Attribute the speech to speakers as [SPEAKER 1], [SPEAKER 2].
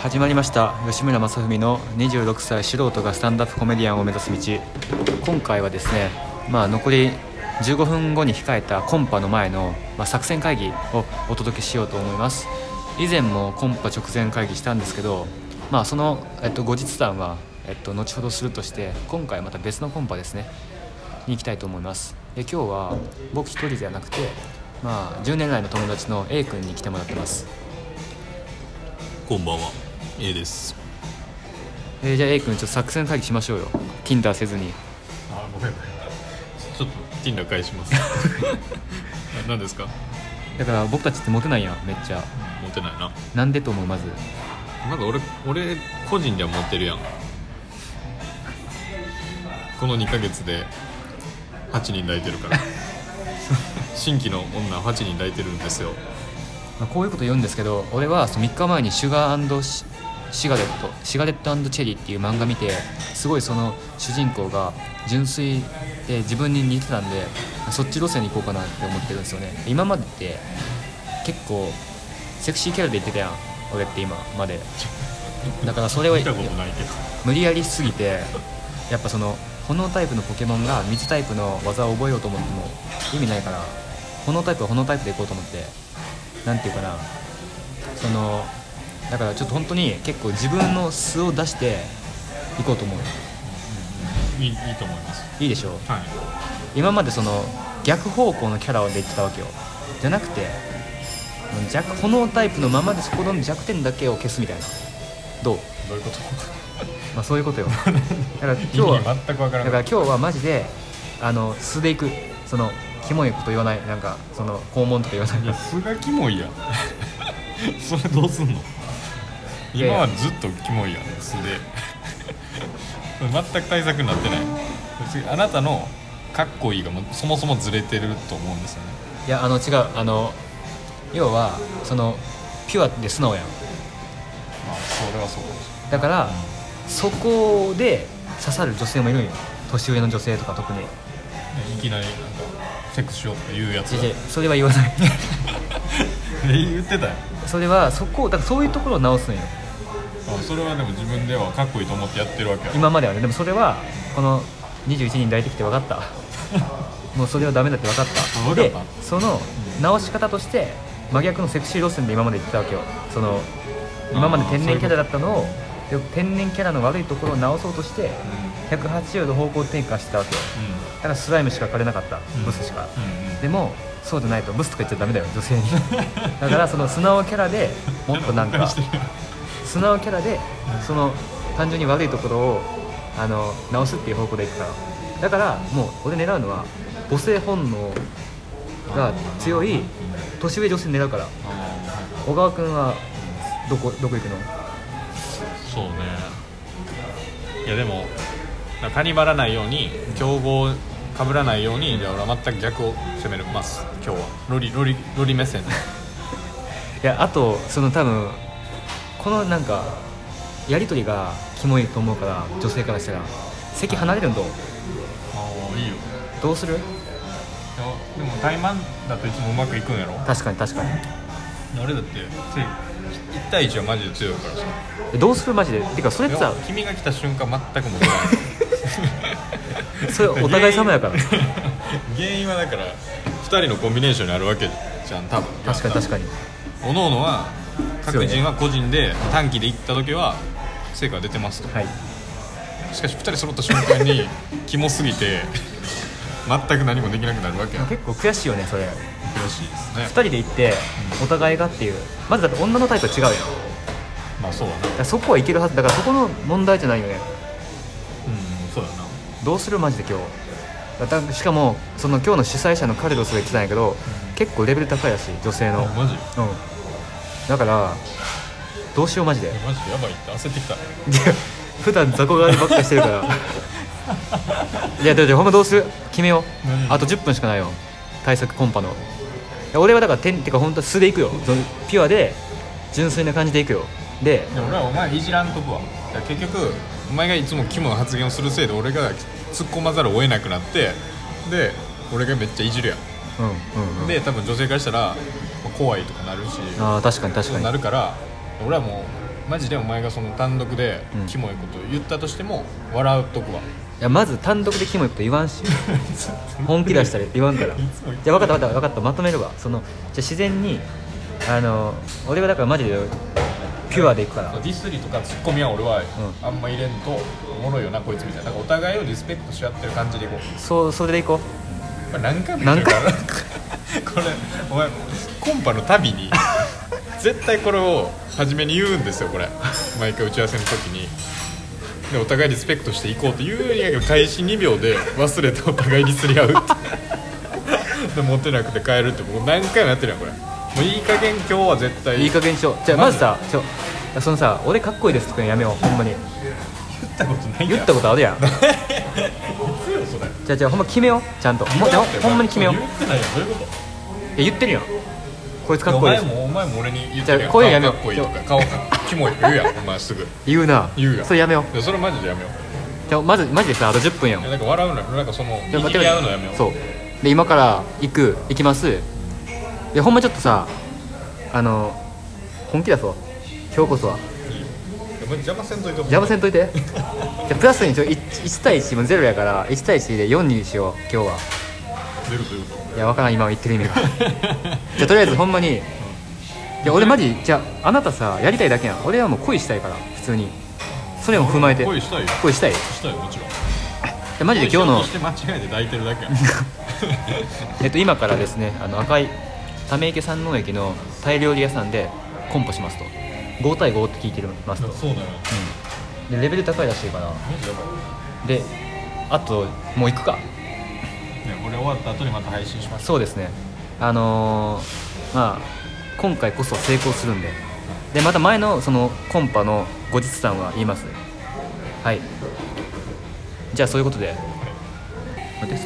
[SPEAKER 1] 始まりました吉村正文の26歳素人がスタンダップコメディアンを目指す道今回はですねまあ残り15分後に控えたコンパの前の、まあ、作戦会議をお届けしようと思います以前もコンパ直前会議したんですけどまあその、えっと、後日談は、えっと、後ほどするとして今回また別のコンパですねに行きたいと思いますで今日は僕一人ではなくてまあ10年来の友達の A 君に来てもらってます
[SPEAKER 2] こんばんは A です
[SPEAKER 1] えーじゃあ A 君ちょっと作戦会議しましょうよ Tinder せずに
[SPEAKER 2] あごめんごめんちょっと Tinder 返し ますな何ですか
[SPEAKER 1] だから僕たちってモテないやんめっちゃ
[SPEAKER 2] モテないな
[SPEAKER 1] なんでと思うまず
[SPEAKER 2] なんか俺俺個人ではモテるやんこの2ヶ月で8人抱いてる から新規の女8人抱いてるんですよ
[SPEAKER 1] まあこういうこと言うんですけど俺はその3日前に「シュガーシシガレット」「シガレットチェリー」っていう漫画見てすごいその主人公が純粋で自分に似てたんでそっち路線に行こうかなって思ってるんですよね今までって結構セクシーキャラで言ってたやん俺って今までだからそれを
[SPEAKER 2] 見たことないけど
[SPEAKER 1] 無理やりしすぎてやっぱその炎タイプのポケモンが水タイプの技を覚えようと思っても意味ないから炎タイプは炎タイプでいこうと思ってなんていうかなそのだからちょっと本当に結構自分の素を出していこうと思う
[SPEAKER 2] いいいいと思います
[SPEAKER 1] いいでしょう
[SPEAKER 2] はい
[SPEAKER 1] 今までその逆方向のキャラを出てたわけよじゃなくて弱炎タイプのままでそこの弱点だけを消すみたいなどう、
[SPEAKER 2] どういうこと
[SPEAKER 1] まあ、そういうことよだから今日
[SPEAKER 2] 意
[SPEAKER 1] は
[SPEAKER 2] 味全くわか
[SPEAKER 1] だか
[SPEAKER 2] らな
[SPEAKER 1] ら
[SPEAKER 2] い
[SPEAKER 1] 今日はマジであの素でいくそのキモいこと言わないなんかその肛門とか言わ ない
[SPEAKER 2] いや素がキモいやん それどうすんの
[SPEAKER 1] いやい
[SPEAKER 2] 今
[SPEAKER 1] や
[SPEAKER 2] はずっとキモいやん素で全く対策になってない別にあなたのかっこいいがもうそもそもずれてると思うんですよね
[SPEAKER 1] いやあの違うあの要はそのピュアで素直やん
[SPEAKER 2] まあそれはそうかもし
[SPEAKER 1] だからそこで刺さる女性もいるんよ年上の女性とか特に
[SPEAKER 2] れないいきなりなんかセックスしようとか言うやつ
[SPEAKER 1] 違う違うそれは言わない
[SPEAKER 2] 言ってたよ
[SPEAKER 1] それはそこだからそういうところを直すんよ
[SPEAKER 2] あそれはでも自分ではかっこいいと思ってやってるわけや
[SPEAKER 1] 今まではねでもそれはこの21人抱いてきて分かった もうそれはダメだって分かった
[SPEAKER 2] 分
[SPEAKER 1] で
[SPEAKER 2] かった
[SPEAKER 1] その直し方として真逆のセクシー路線で今まで行ってたわけよその今まで天然キャラだったのをで天然キャラの悪いところを直そうとして
[SPEAKER 2] うん
[SPEAKER 1] 180度方向転換してたわけよだからスライムしか枯れなかった
[SPEAKER 2] うん
[SPEAKER 1] ブスしか、
[SPEAKER 2] うんうん
[SPEAKER 1] でもそうじゃないとブスとか言っちゃダメだよ女 性にだからその素直キャラでもっとなんか
[SPEAKER 2] してる
[SPEAKER 1] 素直キャラでその単純に悪いところをあの直すっていう方向でいくからだからもう俺狙うのは母性本能が強い年上女性狙うから
[SPEAKER 2] あーはい
[SPEAKER 1] 小川君はどこどこ行くの
[SPEAKER 2] そうねいやでもなんかにばらないように競合かぶらないようにじゃあ俺は全く逆を攻めます今日はロリロリロリ目線で
[SPEAKER 1] いやあとその多分このなんかやり取りがキモいと思うから女性からしたら席離れるのどう
[SPEAKER 2] ああいいよ
[SPEAKER 1] どうする
[SPEAKER 2] でも怠慢だといつもうまくいくんやろ
[SPEAKER 1] 確かに確かに
[SPEAKER 2] 俺だって1対1はマジで強いからさ
[SPEAKER 1] えどうするマジでてかそれってさ
[SPEAKER 2] でも君が来た瞬間全く持てない
[SPEAKER 1] それお互い様やから
[SPEAKER 2] 原因はだから2人のコンビネーションにあるわけじゃん多分
[SPEAKER 1] 確かに確かに
[SPEAKER 2] おのおのは各人は個人で短期で行った時は成果が出てますと
[SPEAKER 1] はい
[SPEAKER 2] しかし2人揃った瞬間 にキモすぎて全く何もできなくなるわけや悔
[SPEAKER 1] 結構悔しいよねそれ
[SPEAKER 2] しいですね
[SPEAKER 1] 2人で行ってお互いがっていうまずだって女のタイプは違うやんだか
[SPEAKER 2] まあそうだな
[SPEAKER 1] らそこはいけるはずだからそこの問題じゃないよね
[SPEAKER 2] うんそうだな
[SPEAKER 1] どうするマジで今日だだしかもその今日の主催者のカルロスが来てたんやけど結構レベル高いらしい女性の
[SPEAKER 2] あマジい
[SPEAKER 1] うんだからどうしようマジで
[SPEAKER 2] やマジでやばいって焦ってきた
[SPEAKER 1] 普段雑魚側ばっかりしてるから いやだってほんまどうする決めよう
[SPEAKER 2] 何
[SPEAKER 1] あと10分しかないよ対策コンパのいや俺はだからてんてか本当は素でいくよそのピュアで純粋な感じでいくよで
[SPEAKER 2] で俺はお前いじらんとこはだから結局お前がいつもキモな発言をするせいで俺が突っ込まざるを得なくなってで俺がめっちゃいじるやん
[SPEAKER 1] うんうん、うん、
[SPEAKER 2] で多分女性からしたらまあ怖いとかなるし
[SPEAKER 1] ああ確かに確かに
[SPEAKER 2] なるから俺はもうマジでお前がその単独で
[SPEAKER 1] うん
[SPEAKER 2] キモいこと言ったとしても笑うとくわ
[SPEAKER 1] いやまず単独でキモいこと言わんし本気出したら言わんから
[SPEAKER 2] いつも言ってる
[SPEAKER 1] じゃあ分かった分かった分かったまとめるわそのじゃあ自然にあの俺はだからマジでピュアでいくから
[SPEAKER 2] ディスりとかツッコミは俺は
[SPEAKER 1] う
[SPEAKER 2] あんま入れんとおもろいよなこいつみたいななんかお互いをリスペクトし合ってる感じでいこう
[SPEAKER 1] そうそれでいこ
[SPEAKER 2] これ何回も言ってるからこれお前コンパのたびに絶対これを初めに言うんですよこれ毎回打ち合わせの時にでお互いリスペクトしていこうって言うんやけど開始2秒で忘れてお互いにすり合うってでモテなくて帰るってもう何回もやってるやんこれもういい加減今日は絶
[SPEAKER 1] う
[SPEAKER 2] 対
[SPEAKER 1] いい加減にしようじゃあ
[SPEAKER 2] ま
[SPEAKER 1] ま
[SPEAKER 2] ず
[SPEAKER 1] ずさちょそのさ俺かっこいいですとかやめようほんまに
[SPEAKER 2] 言ったことない
[SPEAKER 1] 言ったことあるや ん
[SPEAKER 2] とよそれ
[SPEAKER 1] じゃあじゃあほんま決めようちゃんとほんまじゃあほんまに決めようい
[SPEAKER 2] 言
[SPEAKER 1] や
[SPEAKER 2] ってないよど
[SPEAKER 1] 言ってるやんこ
[SPEAKER 2] ういうこと
[SPEAKER 1] いつかっこいいで
[SPEAKER 2] お
[SPEAKER 1] す
[SPEAKER 2] 前もお前も俺に言ってる
[SPEAKER 1] じゃ
[SPEAKER 2] や
[SPEAKER 1] あ
[SPEAKER 2] ん
[SPEAKER 1] 声やめよ
[SPEAKER 2] 顔
[SPEAKER 1] う
[SPEAKER 2] かっこいいとか顔がキモいとか言うやんお前すぐ
[SPEAKER 1] 言うな
[SPEAKER 2] 言うやん
[SPEAKER 1] それやめよ
[SPEAKER 2] いやそれマジでやめよう
[SPEAKER 1] うじゃあまずマジでさあと10分やん
[SPEAKER 2] いやなんか笑うのなんかその
[SPEAKER 1] で
[SPEAKER 2] 握り合うのやめよう
[SPEAKER 1] そうで今から行く行きますでほんまちょっとさあの本気だぞ今日こそはい
[SPEAKER 2] や邪魔せんといてほしい
[SPEAKER 1] 邪魔せんとい てじゃあプラスにちょ 1, 1対1も0やから1対1で4にしよう今日は
[SPEAKER 2] 出るというこ
[SPEAKER 1] いやわからん今言ってる意味がじゃあとりあえずほんまにいや俺マジじゃああなたさやりたいだけやん俺はもう恋したいから普通にそれも 踏まえて
[SPEAKER 2] と恋したいよ
[SPEAKER 1] 恋したいい
[SPEAKER 2] したいよもちろん
[SPEAKER 1] やマジで今日の
[SPEAKER 2] 恋しようとして間違えて抱いてるだ けやん
[SPEAKER 1] えっと、今からですねあの赤いため池山王駅のタイ料理屋さんでコンパしますと5対5って聞いてますと、
[SPEAKER 2] そうだよ
[SPEAKER 1] うんでレベル高いらしいから
[SPEAKER 2] マジやば
[SPEAKER 1] であともう行くか
[SPEAKER 2] いねこれ終わった後にまた配信します
[SPEAKER 1] そうですねあのーまあ今回こそ成功するんででまた前のそのコンパの後日談は言いますはいじゃあそういうことでテスト